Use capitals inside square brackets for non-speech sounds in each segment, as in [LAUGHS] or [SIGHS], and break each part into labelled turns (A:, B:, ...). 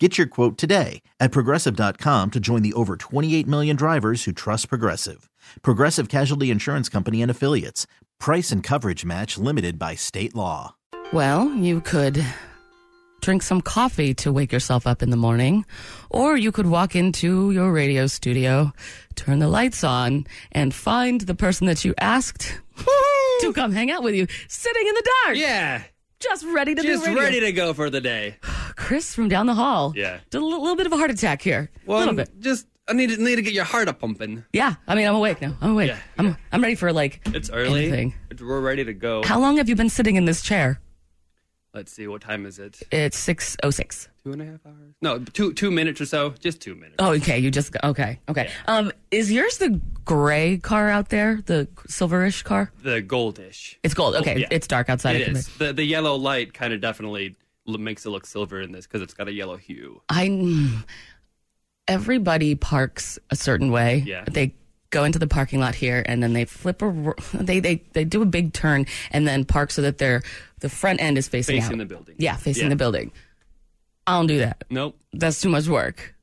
A: Get your quote today at progressive.com to join the over 28 million drivers who trust Progressive. Progressive Casualty Insurance Company and Affiliates. Price and coverage match limited by state law.
B: Well, you could drink some coffee to wake yourself up in the morning, or you could walk into your radio studio, turn the lights on, and find the person that you asked to come hang out with you sitting in the dark,
C: [LAUGHS] Yeah.
B: just ready to
C: Just
B: do radio.
C: ready to go for the day.
B: Chris from down the hall.
C: [LAUGHS] Yeah.
B: Did a li- little bit of a heart attack here. a little bit.
C: Just I need to, need to get your heart up pumping.
B: Yeah. I mean, I'm awake now. I'm awake.
C: Yeah,
B: I'm, I'm ready for like.
C: It's early.
B: Anything.
C: We're ready to go.
B: How long have you been sitting in this chair?
C: Let's see. What time is it?
B: It's 6.06.
C: Two and a half hours? No, two two minutes or so. Just two minutes.
B: Oh, okay. You just okay, okay. Um, is yours the gray car out there, the silverish car?
C: The goldish.
B: It's gold. Okay,
C: Oh, yeah.
B: it's dark outside. I
C: It
B: can-
C: is. The the yellow light kind of definitely l- makes it look silver in this because it's got a yellow hue.
B: I. mm, Everybody parks a certain way.
C: Yeah.
B: They go into the parking lot here, and then they flip a. r- They they they do a big turn and then park so that their the front end is facing,
C: Facing
B: out.
C: the building.
B: yeah, facing
C: Yeah.
B: the building. I don't do that.
C: Nope.
B: that's too much work.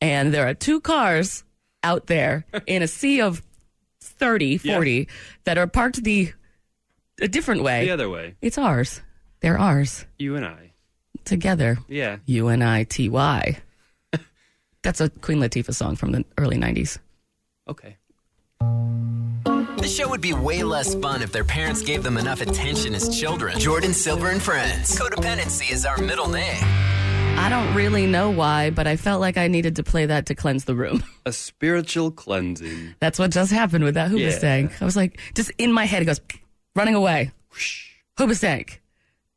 B: And there are two cars out there in a sea of 30,
C: Yeah.
B: 40 that are parked the a different way.
C: The other way.
B: It's ours. They're ours
C: You and I.
B: together.
C: Yeah.
B: U N I T Y. That's a Queen Latifah song from the early 90s.
C: Okay.
D: This show would be way less fun if their parents gave them enough attention as children. Jordan Silver and Friends. Codependency is our middle name.
B: I don't really know why, but I felt like I needed to play that to cleanse the room.
C: A spiritual cleansing.
B: That's what just happened with that
C: Yeah.
B: Hoobastank. I was like, just in my head, it goes, running away. Hoobastank.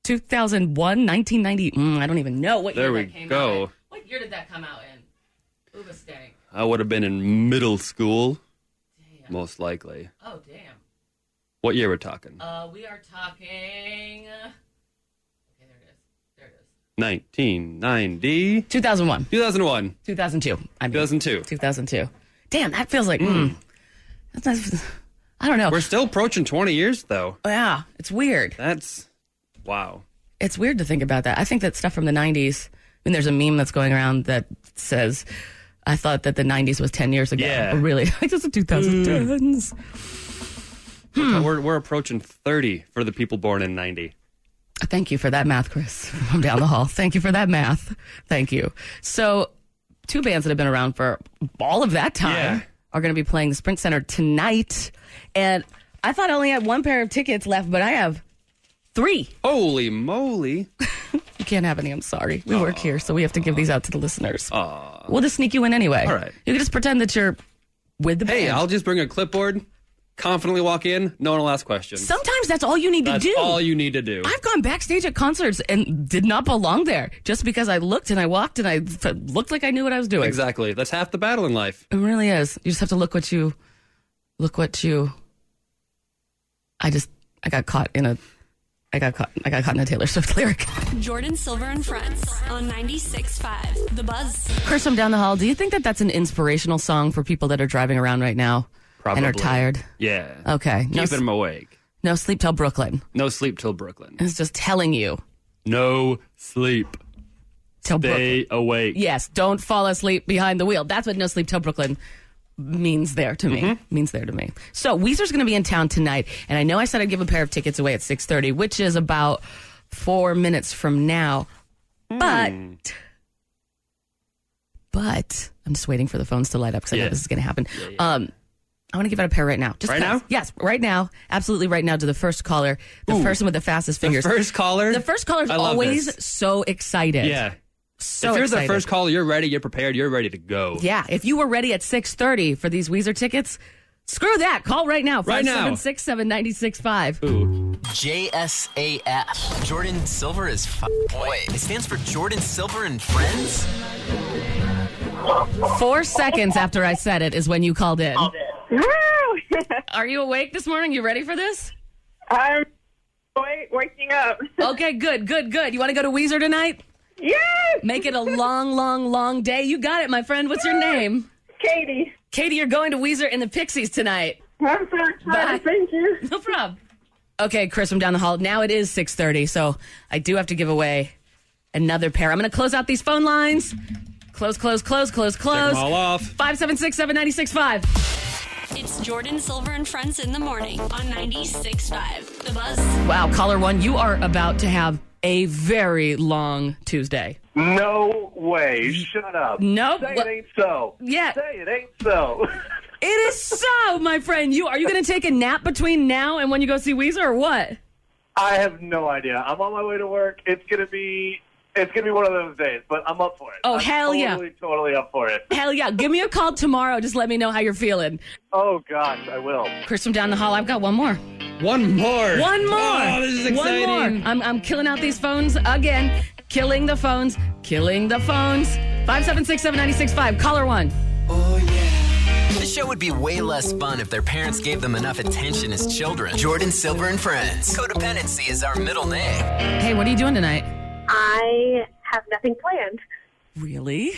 B: 2001, 1990. Mm, I don't even know what
C: There
B: year
C: we
B: that came out.
C: go.
B: in. What year did that come out in? Hoobastank.
C: I would have been in middle school, most likely.
B: Oh, damn.
C: What year we're talking?
B: Uh, we are talking. uh, Okay, there it is. There it is.
C: 1990.
B: 2001,
C: 2001,
B: 2002. I mean,
C: 2002.
B: 2002. Damn, that feels like. Mm. That's not- I don't know.
C: Hmm. We're still approaching 20 years, though.
B: yeah, it's weird.
C: That's wow.
B: it's weird to think about that. I think that stuff from the 90s, I mean, there's a meme that's going around that says, I thought that the 90s was 10 years ago.
C: Yeah. Mm.
B: But [LAUGHS] Really? Like, it's the 2010s. Hmm.
C: We're, we're approaching 30 for the people born in 90.
B: Thank you for that math, Chris, [LAUGHS] from down the hall. Thank you for that math. Thank you. So, two bands that have been around for all of that time
C: Yeah.
B: are going to be playing the Sprint Center tonight. And I thought I only had one pair of tickets left, but I have three.
C: Holy moly.
B: You can't have any. I'm sorry. We work here, so we have to give these out to the listeners. We'll just sneak you in anyway.
C: All right.
B: You can just pretend that you're with the
C: Hey,
B: band.
C: I'll just bring a clipboard, confidently walk in, no one will ask questions.
B: Sometimes that's all you need
C: That's
B: to do.
C: all you need to do.
B: I've gone backstage at concerts and did not belong there just because I looked and I walked and I f- looked like I knew what I was doing.
C: exactly. That's half the battle in life.
B: It really is. You just have to look what you look what you. I just I got caught in a. I got caught. I got caught in a Taylor Swift [LAUGHS] lyric.
E: Jordan Silver and Friends on 96.5 The Buzz.
B: Chris from down the hall. Do you think that that's an inspirational song for people that are driving around right now and are
C: Probably.
B: tired?
C: Yeah.
B: Okay. No,
C: Keeping
B: s-
C: them awake.
B: no sleep till Brooklyn.
C: No sleep till Brooklyn.
B: It's just telling you
C: No sleep.
B: till Brooklyn.
C: Stay awake.
B: Yes, don't fall asleep behind the wheel. That's what No Sleep Till Brooklyn means there to me.
C: Mm-hmm.
B: Means there to me. So Weezer's going to be in town tonight, and I know I said I'd give a pair of tickets away at six thirty, which is about four minutes from now.
C: Hmm.
B: But, but I'm just waiting for the phones to light up because I know
C: Yeah.
B: this is going to happen. Um, I want to give out a pair right now. Just
C: Right
B: 'cause.
C: now?
B: Yes, right now. Absolutely right now to the first caller, the person with the fastest
C: The
B: fingers.
C: first caller.
B: The first caller is
C: I love
B: always
C: this.
B: so excited.
C: Yeah.
B: So
C: if you're
B: excited.
C: the first caller, you're ready, you're prepared, you're ready to go.
B: Yeah, if you were ready at 6:30 for these Weezer tickets, screw that. Call right now.
C: Right now.
B: 576-7965.
C: Ooh.
D: JSAF. Jordan Silver is f- boy. It stands for Jordan Silver and Friends.
B: 4 seconds after I said it is when you called in.
F: Woo! [LAUGHS]
B: Are you awake this morning? You ready for this?
F: I'm wait, waking up. [LAUGHS]
B: Okay, good, good, good. You want to go to Weezer tonight?
F: Yes!
B: Make it a long, long, long day. You got it, my friend. What's your name?
F: Katie.
B: Katie, you're going to Weezer and the Pixies tonight.
F: I'm so
B: Bye.
F: excited. Thank you.
B: No problem. Okay, Chris from down the hall. Now it is 6:30, so I do have to give away another pair. I'm going to close out these phone lines. Close, close, close, close,
C: Take
B: close.
C: 'em all off.
B: 576-7965.
E: It's Jordan Silver and Friends in the morning on 96.5. The Buzz.
B: Wow, caller 1, you are about to have a very long Tuesday.
G: No way. Shut up.
B: Nope.
G: Say
B: What-
G: it ain't so.
B: Yeah.
G: Say it ain't so. [LAUGHS]
B: It is so, my friend. You are you going to take a nap between now and when you go see Weezer or what?
G: I have no idea. I'm on my way to work. It's gonna be it's gonna be one of those days, but I'm up for it.
B: Oh,
G: I'm
B: hell yeah.
G: Totally, totally up for it.
B: Hell yeah. Give me a call tomorrow. Just let me know how you're feeling.
G: Oh gosh, I will.
B: Chris from down the hall, I've got one more.
C: One more.
B: One more.
C: [LAUGHS] Oh, this is exciting.
B: One more. I'm, I'm killing out these phones again. Killing the phones. Killing the phones. 576 7965. Caller one.
D: The show would be way less fun if their parents gave them enough attention as children. Jordan Silver and Friends. Codependency is our middle name.
B: Hey, what are you doing tonight?
F: I have nothing planned.
B: Really?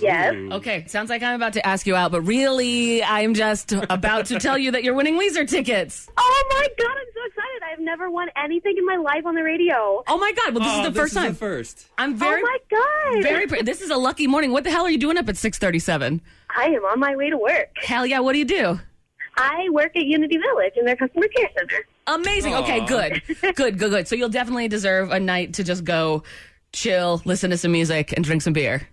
F: Yes.
B: Okay, sounds like I'm about to ask you out, but really, I'm just about to tell you that you're winning Weezer tickets.
F: Oh my god, I'm so excited. I've never won anything in my life on the radio.
B: Oh my God! Well, this
C: Oh,
B: is the first time.
C: The first.
B: I'm very,
F: oh my god.
B: very. Pr- this is a lucky morning. What the hell are you doing up at 6:37?
F: I am on my way to work.
B: Hell yeah! What do you do?
F: I work at Unity Village in their customer care center.
B: Amazing. Okay,
C: Aw.
B: good. Good, good, good. So you'll definitely deserve a night to just go chill, listen to some music, and drink some beer.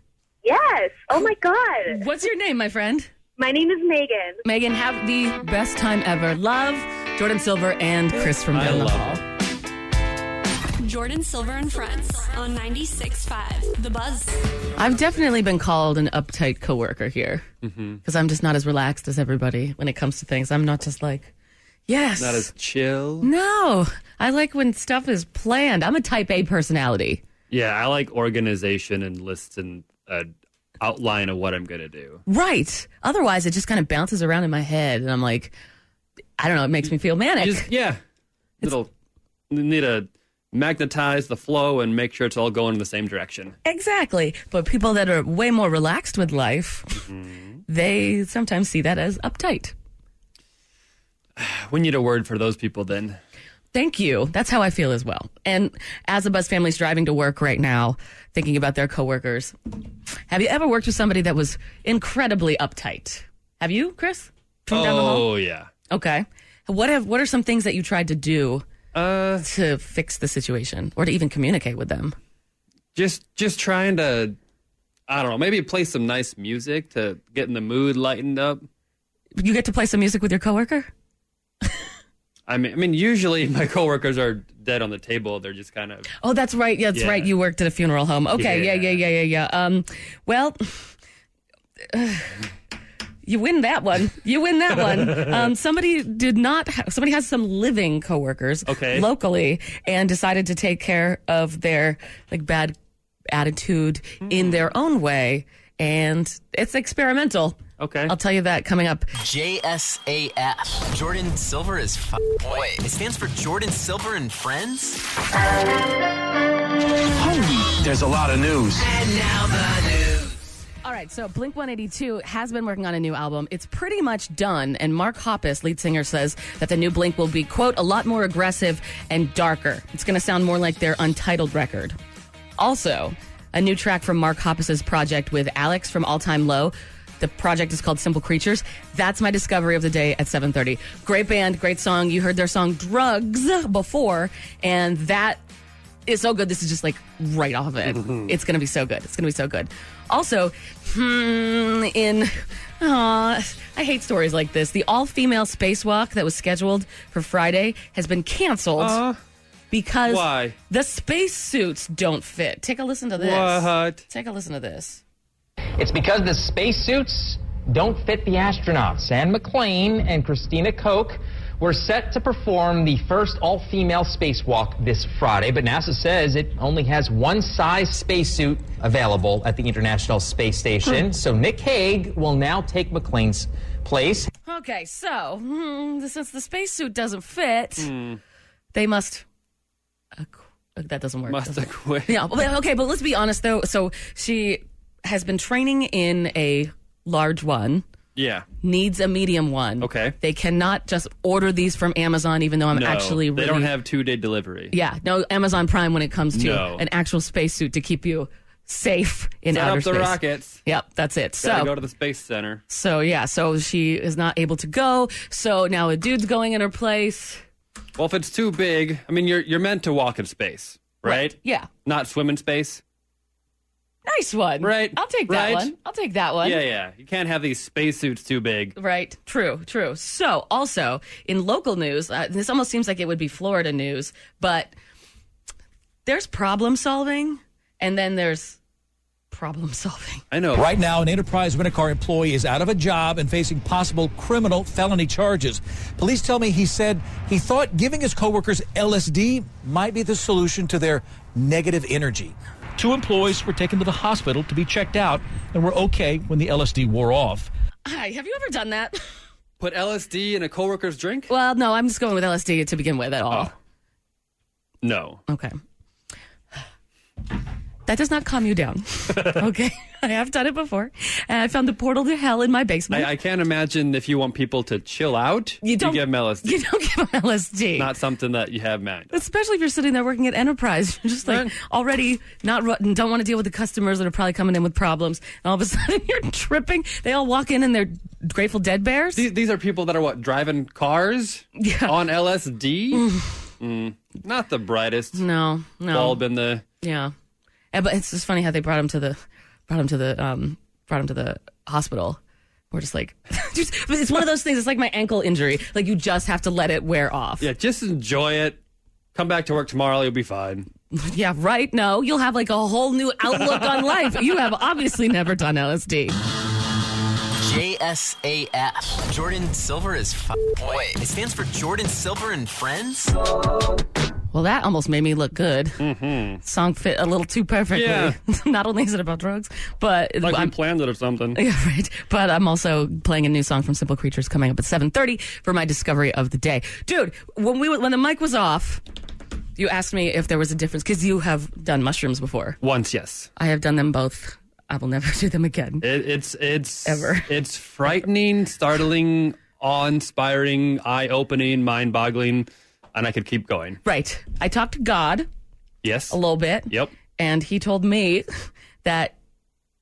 F: Yes. Oh my god.
B: What's your name, my friend?
F: My name is Megan.
B: Megan, have the best time ever. Love, Jordan Silver and Chris from
C: I
B: Down the
C: love
B: Hall.
E: Jordan Silver and Friends on 96.5. The Buzz.
B: I've definitely been called an uptight coworker here because
C: Mm-hmm.
B: I'm just not as relaxed as everybody when it comes to things. I'm not just like, yes.
C: Not as chill.
B: no, I like when stuff is planned. I'm a type A personality.
C: Yeah, I like organization and lists and an outline of what I'm gonna do.
B: Right. Otherwise, it just kind of bounces around in my head, and I'm like, I don't know. It makes me feel manic.
C: Just yeah, it'll you need to magnetize the flow and make sure it's all going in the same direction.
B: exactly. But people that are way more relaxed with life,
C: Mm-hmm.
B: they sometimes see that as uptight.
C: We need a word for those people then.
B: Thank you. That's how I feel as well. And as a bus family's driving to work right now, thinking about their coworkers, have you ever worked with somebody that was incredibly uptight? Have you, Chris? From down the hall?
C: Oh yeah.
B: Okay. What have what are some things that you tried to do
C: Uh,
B: to fix the situation or to even communicate with them?
C: just just trying to, I don't know, maybe play some nice music to get in the mood lightened up.
B: You get to play some music with your coworker?
C: I mean, I mean, usually [LAUGHS] my coworkers are dead on the table. They're just kind of
B: Oh, that's right. Yeah, that's
C: Yeah.
B: right. You worked at a funeral home. Okay. Yeah, yeah,
C: Yeah.
B: yeah, yeah, yeah. Um, well, [SIGHS] you win that one. You win that [LAUGHS] one. Um, somebody did not. Ha- somebody has some living coworkers,
C: Okay.
B: locally, and decided to take care of their like bad attitude in their own way, and it's experimental.
C: okay.
B: I'll tell you that coming up.
D: JSAF. Jordan Silver is f. Wait, it stands for Jordan Silver and Friends?
H: There's a lot of news.
B: All right, so Blink 182 has been working on a new album. It's pretty much done, and Mark Hoppus, lead singer, says that the new Blink will be, quote, a lot more aggressive and darker. It's going to sound more like their untitled record. Also, a new track from Mark Hoppus's project with Alex from All Time Low. The project is called Simple Creatures. That's my discovery of the day at 7:30. Great band, great song. You heard their song Drugs before, and that is so good. This is just like right off of it. it's gonna be so good. It's gonna be so good. Also, hmm, in aw, I hate stories like this. The all-female spacewalk that was scheduled for Friday has been canceled because
C: Why?
B: the spacesuits don't fit. Take a listen to this.
C: What? [LAUGHS]
B: Take a listen to this.
I: It's because the spacesuits don't fit the astronauts. Sam McLean and Christina Koch were set to perform the first all female spacewalk this Friday, but NASA says it only has one size spacesuit available at the International Space Station. So Nick Hague will now take McLean's place.
B: Okay, so hmm, since the spacesuit doesn't fit,
C: Hmm.
B: they must. Acqu- that doesn't work.
C: Must
B: does it?
C: have quit.
B: Yeah. but- Okay, but let's be honest though. So she has been training in a large one,
C: Yeah.
B: needs a medium one.
C: Okay.
B: They cannot just order these from Amazon, even though I'm
C: No,
B: actually really
C: they don't have two day delivery.
B: yeah no Amazon Prime when it comes to
C: No.
B: an actual spacesuit to keep you safe in
C: Set
B: outer
C: up the
B: space.
C: rockets.
B: Yep, that's it.
C: Gotta
B: so
C: go to the space center.
B: so yeah, so she is not able to go. So now a dude's going in her place.
C: Well, if it's too big, I mean, you're you're meant to walk in space, right?
B: Yeah.
C: Not swim in space.
B: Nice one.
C: Right,
B: I'll take that
C: right.
B: one. I'll take that one.
C: Yeah, yeah. You can't have these spacesuits too big.
B: Right. True. True. So, also in local news, uh, this almost seems like it would be Florida news, but there's problem solving and then there's problem [LAUGHS] solving.
C: I know.
J: Right now, an Enterprise Rent-A-Car employee is out of a job and facing possible criminal felony charges. Police tell me he said he thought giving his coworkers LSD might be the solution to their negative energy. Two employees were taken to the hospital to be checked out and were okay when the LSD wore off.
B: Hi, have you ever done that?
C: Put LSD in a coworker's drink?
B: Well, no, I'm just going with LSD to begin with at
C: Oh.
B: all.
C: No.
B: Okay. That does not calm you
C: [LAUGHS]
B: down. okay. I have done it before. And I found the portal to hell in my basement.
C: I, I can't imagine if you want people to chill out,
B: You don't-
C: give them LSD.
B: you don't give them LSD.
C: Not something that you have man.
B: especially if you're sitting there working at enterprise you're just like
C: Right.
B: already not ru- and don't want to deal with the customers that are probably coming in with problems and all of a [LAUGHS] sudden you're tripping they all walk in and they're grateful dead bears
C: These, these are people that are what driving cars
B: Yeah.
C: on LSD. Mm, not the brightest
B: no no
C: bulb in the.
B: yeah and, but it's just funny how they brought him to the brought him to the um brought him to the hospital we're just like [LAUGHS] just, it's one of those things it's like my ankle injury like you just have to let it wear off
C: Yeah, just enjoy it. Come back to work tomorrow. You'll be fine.
B: Yeah, right. No, you'll have like a whole new outlook
C: [LAUGHS]
B: on life. You have obviously never done LSD.
D: JSAF. Jordan Silver is f- Wait, it stands for Jordan Silver and Friends?
B: Well, that almost made me look good. Mm-hmm. Song fit a little too perfectly.
C: Yeah.
B: [LAUGHS] Not only is it about drugs, but
C: Like we
B: I'm,
C: planned it or something.
B: [LAUGHS] yeah, right. But I'm also playing a new song from Simple Creatures coming up at 7:30 for my discovery of the day. Dude, when we were- when the mic was off, you asked me if there was a difference because you have done mushrooms before.
C: Once, yes.
B: I have done them both. I will never [LAUGHS] do them again.
C: It, it's it's
B: Ever.
C: It's frightening, startling, awe-inspiring, eye-opening, mind-boggling, and I could keep going.
B: Right. I talked to God
C: Yes.
B: a little bit.
C: Yep.
B: and he told me that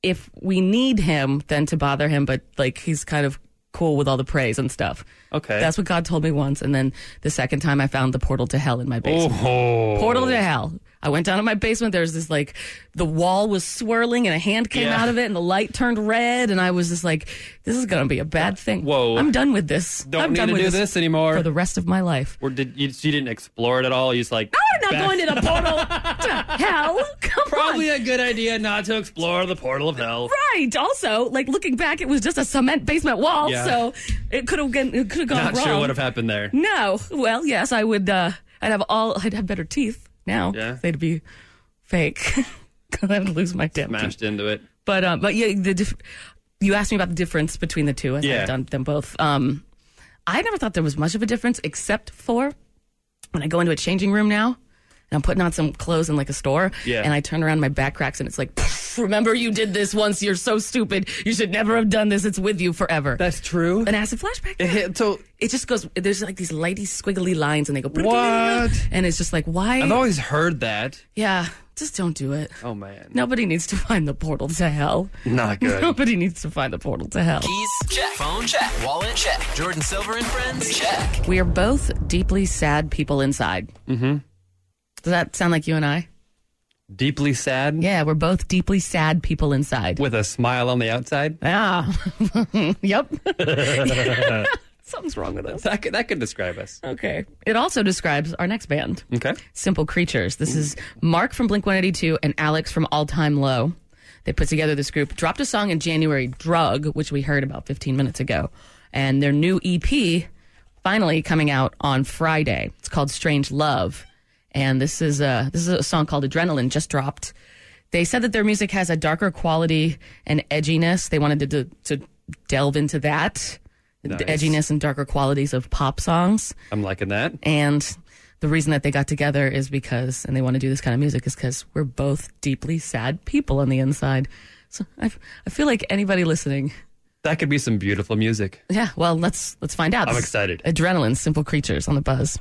B: if we need him, then to bother him, but like he's kind of cool with all the praise and stuff.
C: Okay.
B: That's what God told me once. And then the second time I found the portal to hell in my basement.
C: Oh.
B: Portal to hell. I went down to my basement. There's this like, the wall was swirling and a hand came
C: Yeah.
B: out of it and the light turned red. And I was just like, this is going to be a bad thing.
C: Whoa.
B: I'm done with this.
C: Don't
B: I'm
C: need
B: done
C: to
B: with
C: do this anymore.
B: For the rest of my life.
C: Or did you, you didn't explore it at all? You just like
B: I'm not going to the [LAUGHS] portal to hell. Come on.
C: Probably a good idea not to explore the portal of hell.
B: Right. Also, like looking back, it was just a cement basement wall,
C: Yeah.
B: so it could have gone. It could have gone
C: Not
B: wrong.
C: sure what have happened there.
B: No. Well, yes, I would. Uh, I'd have all. I'd have better teeth now.
C: Yeah.
B: They'd be fake. [LAUGHS] 'Cause I'd lose my damn teeth.
C: Mashed into it.
B: But um, but yeah, the dif- you asked me about the difference between the two. I
C: Yeah.
B: I've done them both. Um, I never thought there was much of a difference, except for when I go into a changing room now. And I'm putting on some clothes in like a store,
C: Yeah.
B: and I turn around, my back cracks, and it's like, "Pff, remember you did this once. You're so stupid. You should never have done this. It's with you forever.
C: That's true.
B: An acid flashback.
C: It hit- so
B: It just goes. There's like these lighty, squiggly lines, and they go.
C: What?
B: And it's just like, why?
C: I've always heard that.
B: yeah, just don't do it.
C: Oh man.
B: Nobody needs to find the portal to hell.
C: Not
B: [LAUGHS]
C: good. [LAUGHS]
B: Nobody needs to find the portal to hell.
D: Keys? Check. Phone? Check. Wallet? Check. Jordan Silver and Friends? Check.
B: We are both deeply sad people inside. Mm-hmm. Does that sound like you and I?
C: Deeply sad.
B: Yeah, we're both deeply sad people inside.
C: With a smile on the outside.
B: Ah, [LAUGHS] yep. [LAUGHS] Something's wrong with us.
C: That could, that could describe us.
B: Okay. It also describes our next band,
C: Okay.
B: Simple Creatures. This is Mark from Blink 182 and Alex from All Time Low. They put together this group, dropped a song in January, Drug, which we heard about 15 minutes ago. And their new EP finally coming out on Friday. It's called Strange Love. And this is a, this is a song called Adrenaline, just dropped. They said that their music has a darker quality and edginess. They wanted to, to, to delve into that the
C: Nice.
B: edginess and darker qualities of pop songs.
C: I'm liking that.
B: And the reason that they got together is because, and they want to do this kind of music, is because we're both deeply sad people on the inside. So I, I feel like anybody listening,
C: That could be some beautiful music.
B: yeah. Well, let's let's find out.
C: I'm excited.
B: Adrenaline, simple creatures on the buzz.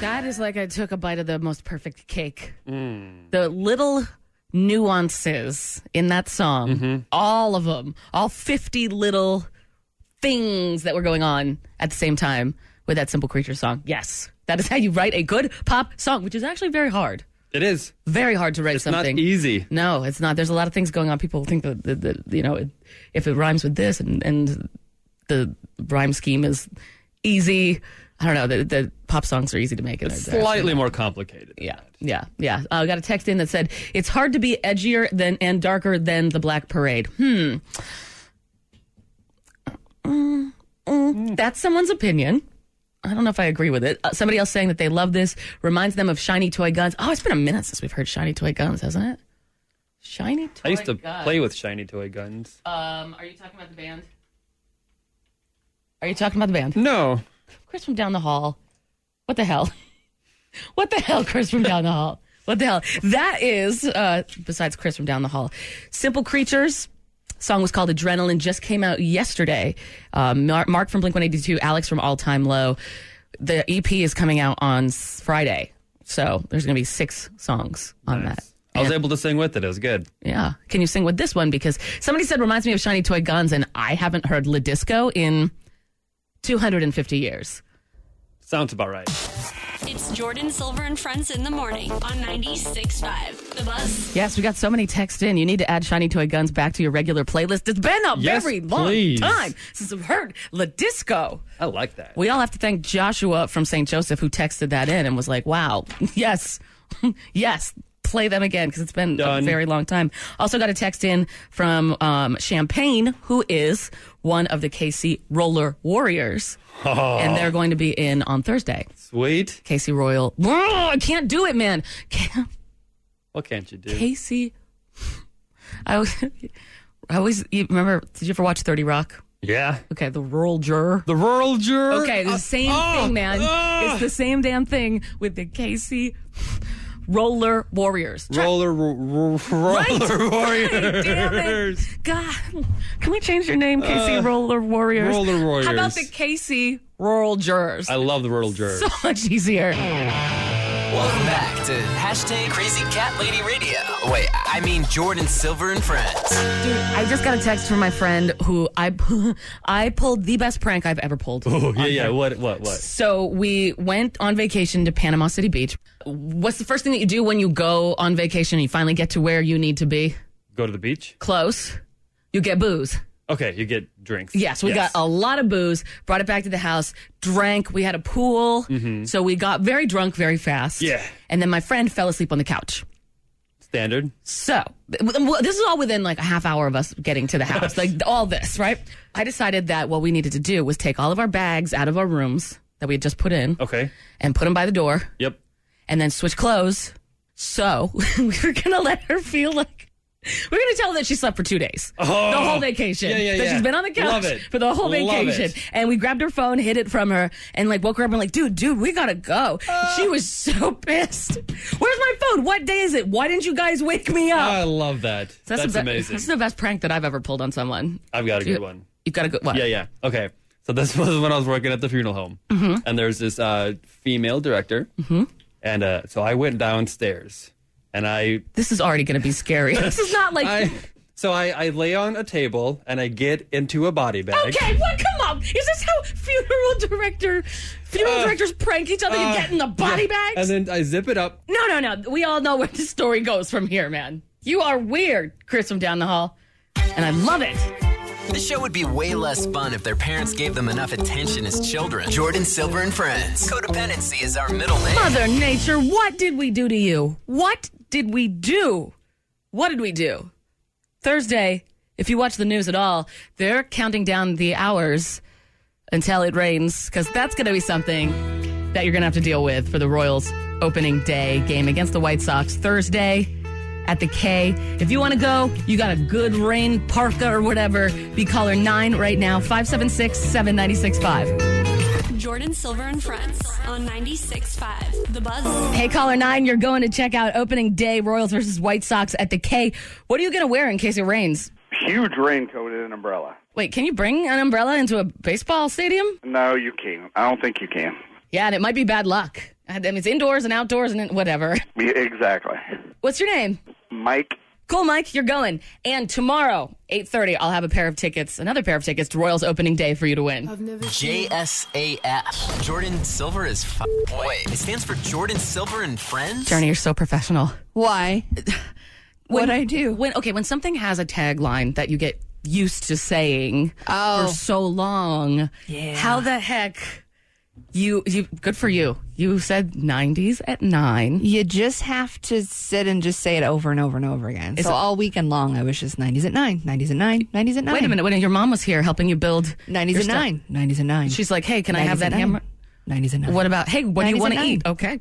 B: That is like I took a bite of the most perfect cake.
C: Mm.
B: The little nuances in that song,
C: Mm-hmm.
B: all of them, all 50 little things that were going on at the same time with that Simple Creature song. Yes, that is how you write a good pop song, which is actually very hard.
C: It is.
B: Very hard to write
C: It's
B: something.
C: not easy.
B: No, it's not. There's a lot of things going on. People think that, that, that, you know, if it rhymes with this and, and the rhyme scheme is easy. I don't know. The, the pop songs are easy to make. and they're-
C: Slightly more complicated. Yeah.
B: yeah, yeah. Uh, I got a text in that said it's hard to be edgier than and darker than the Black Parade. Hmm. Mm,
C: Hmm.
B: mm. That's someone's opinion. I don't know if I agree with it. Uh, somebody else saying that they love this reminds them of shiny toy guns. Oh, it's been a minute since we've heard shiny toy guns, hasn't it? Shiny toy.
C: I used to
B: Guns.
C: play with shiny toy guns.
B: Um, are you talking about the band? Are you talking about the band?
C: No.
B: Chris from down the hall. What the hell? [LAUGHS] What the hell, Chris from down the hall? What the hell? That is, uh, besides Chris from down the hall, Simple Creatures. Song was called Adrenaline, just came out yesterday. Uh, Mar- Mark from Blink 182, Alex from All Time Low. The EP is coming out on s- Friday. So there's going to be six songs on that.
C: I was able to sing with it. It was good.
B: Yeah. Can you sing with this one? Because somebody said reminds me of Shiny Toy Guns, and I haven't heard La Disco in 250 years.
C: Sounds about right.
E: It's Jordan Silver and Friends in the morning on 96.5. The Buzz.
B: Yes, we got so many texts in. You need to add Shiny Toy Guns back to your regular playlist. It's been a
C: Yes,
B: very long
C: please.
B: time since I've heard La Disco.
C: I like that.
B: We all have to thank Joshua from St. Joseph who texted that in and was like, wow, [LAUGHS] yes, yes, play them again because it's been
C: Done.
B: a very long time. Also got a text in from um, Champagne, who is one of the KC Roller Warriors.
C: Oh.
B: And they're going to be in on Thursday.
C: Sweet.
B: Casey Royal. I can't do it, man. Can't-
C: What can't you do?
B: Casey. I was. [LAUGHS] I always you remember. Did you ever watch Thirty Rock?
C: yeah.
B: Okay, the rural juror.
C: The rural juror.
B: Okay, the same
C: oh,
B: thing, man.
C: ah.
B: It's the same damn thing with the Casey Roller Warriors. Try-
C: Roller, ro- ro- roller
B: Right, right,
C: [LAUGHS] warriors.
B: damn [LAUGHS] it. God, can we change your name, Casey Roller Warriors?
C: Uh, Roller
B: How about
C: warriors.
B: the Casey Rural Jurors?
C: I love the rural juror.
B: so much easier.
D: Welcome back to hashtag Crazy Cat Lady Radio. Wait, I mean Jordan Silver and Friends.
B: Dude, I just got a text from my friend who I [LAUGHS] I pulled the best prank I've ever pulled.
C: oh yeah, yeah.
B: [LAUGHS]
C: What? What? What?
B: So we went on vacation to Panama City Beach. What's the first thing that you do when you go on vacation and you finally get to where you need to be?
C: Go to the beach.
B: Close. You get booze.
C: Okay, you get drinks.
B: Yes, we got a lot of booze, brought it back to the house, drank, we had a pool. So we got very drunk very fast.
C: Mm-hmm. Yeah.
B: And then my friend fell asleep on the couch.
C: standard.
B: So th- w- this is all within like a half hour of us getting to the house, like all this, right? I decided that what we needed to do was take all of our bags out of our rooms that we had just put in
C: Okay.
B: and put them by the door
C: Yep.
B: and then switch clothes. So [LAUGHS] we were gonna let her feel like we're gonna tell her that she slept for two days, the whole vacation.
C: Oh. Yeah, yeah,
B: that
C: yeah.
B: she's been on the couch
C: Love it.
B: for the whole
C: Love
B: vacation.
C: it.
B: And we grabbed her phone, hid it from her, and like woke her up and like, dude, dude, we gotta go.
C: Ah.
B: she was so [LAUGHS] pissed. Where's my phone? What day is it? Why didn't you guys wake me up?
C: I love that. Ah, That's,
B: the be-
C: amazing.
B: That's the best prank that I've ever pulled on someone.
C: I've got a
B: You-
C: good one.
B: You've got a good one.
C: Yeah, yeah. Okay. So this [LAUGHS] was when I was working at the funeral home,
B: Mm-hmm.
C: and there's this uh, female director, and uh, so I went downstairs, and I
B: This is already going to be scary. [LAUGHS] this is not like.
C: I so I, I lay on a table and I get into a body bag.
B: Okay, what? Come on. Is this how funeral director, funeral
C: Uh,
B: directors prank each other?
C: uh,
B: you get in the body bags?
C: And then I zip it up.
B: no, no, no. We all know where the story goes from here, man. You are weird, Chris from down the hall, and I love it.
D: The show would be way less fun if their parents gave them enough attention as children. Jordan Silver and Friends. Codependency is our middle name.
B: Mother Nature, what did we do to you? What did we do? What did we do? Thursday, if you watch the news at all, they're counting down the hours until it rains because that's going to be something that you're going to have to deal with for the Royals opening day game against the White Sox Thursday. at the K. If you want to go, you got a good rain parka or whatever. Be caller 9 right now, 576 7965.
E: Jordan Silver and Friends on 96.5. The Buzz.
B: Hey, caller 9, you're going to check out opening day Royals versus White Sox at the K. What are you going to wear in case it rains?
K: Huge raincoat and an umbrella.
B: Wait, can you bring an umbrella into a baseball stadium?
K: No, you can't. I don't think you can.
B: Yeah, and it might be bad luck. I mean, it's indoors and outdoors and whatever. [LAUGHS]
K: Yeah, exactly.
B: What's your name?
K: Mike.
B: Cool, Mike. You're going. And tomorrow, 8.30, I'll have a pair of tickets, another pair of tickets to Royals opening day for you to win.
D: JSAF. Jordan Silver is f- Wait, it stands for Jordan Silver and Friends?
B: Journey, you're so professional.
L: Why?
B: what I do? When okay, when something has a tagline that you get used to saying
L: Oh.
B: for so long,
L: Yeah.
B: how the heck you you good for you? You said '90s at nine.
L: You just have to sit and just say it over and over and over again.
B: It's
L: so
B: a-
L: all weekend long, I was just 90s at 9, 90s at 9, 90s at 9.
B: Wait a minute, when your mom was here helping you build
L: 90s
B: your
L: at
B: stuff.
L: 9, 90s at 9.
B: She's like, "Hey, can I have
L: 90s
B: that
L: at 9,
B: hammer?"
L: 90s at 9.
B: What about hey, what do you
L: 90s
B: want to
L: at nine.
B: eat? Okay,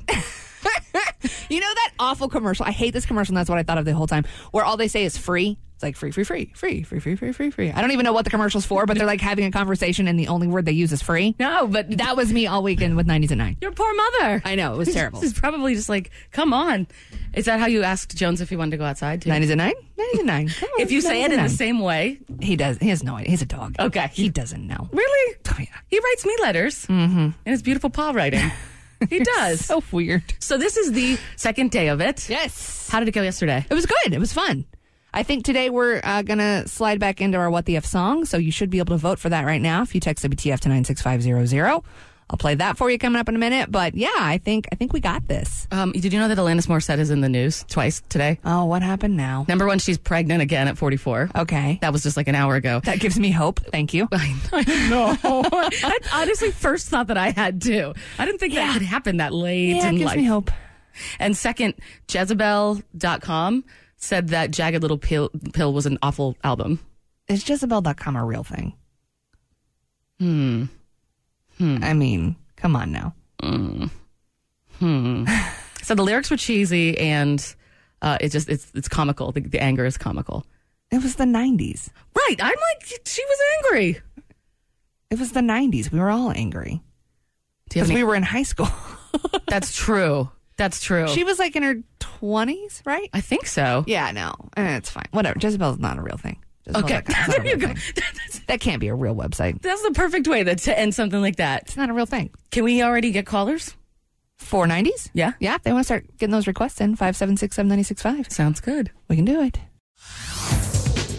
L: [LAUGHS] You know that awful commercial? I hate this commercial, and that's what I thought of the whole time, where all they say is free. It's like free, free, free, free, free, free, free, free, free. I don't even know what the commercial's for, but they're like having a conversation, and the only word they use is free.
B: No, but
L: that was me all weekend with 90s at 9.
B: [LAUGHS] your poor mother.
L: I know, it was terrible. [LAUGHS]
B: She's probably just like, "Come on." Is that how you asked Jones if he wanted to go outside? Too?
L: 90s at 9? 90s at 9. Come on,
B: If you say
L: 90s
B: it
L: at
B: in the
L: 9.
B: same way,
L: He does. He has no idea. He's a dog.
B: Okay.
L: He doesn't know.
B: Really? He writes me letters in his beautiful paw [LAUGHS] writing. He does.
L: so weird.
B: Mm-hmm. So this is the second day of it.
L: Yes.
B: How did it go yesterday?
L: It was good. It was fun. I think today we're uh, going to slide back into our What the F song. So you should be able to vote for that right now if you text WTF to 96500. I'll play that for you coming up in a minute. But yeah, I think I think we got this.
B: Um, did you know that Alanis Morissette is in the news twice today?
L: Oh, what happened now?
B: Number one, she's pregnant again at 44.
L: Okay.
B: That was just like an hour ago.
L: That gives me hope. Thank you. [LAUGHS]
B: no. That's honestly first thought that I had too. I didn't think that could happen that late
L: Yeah, it
B: in
L: gives
B: life.
L: me hope.
B: And second, Jezebel.com said that Jagged Little Pill, Pill was an awful album.
L: Is Jezebel.com a real thing? Hmm. I mean, come on now.
B: Hmm. so the lyrics were cheesy, and uh, it just it's it's comical. The, the anger is comical.
L: It was the 90s.
B: Right. I'm like she was angry.
L: It was the 90s. We were all angry
B: Do you have
L: because
B: any-
L: we were in high school. [LAUGHS]
B: That's true. That's true.
L: she was like in her 20s, right?
B: Oh. I think so. Oh,
L: Yeah, no, eh, it's fine. Whatever. Jezebel's not a real thing. Jezebel
B: Okay.
L: dot com's not a [LAUGHS]
B: there you
L: real
B: go.
L: thing. That can't be a real website.
B: That's the perfect way that, to end something like that.
L: It's not a real thing.
B: Can we already get callers?
L: 490s?
B: Yeah.
L: Yeah, if they want to start getting those requests in, 576
B: Sounds good.
L: We can do it.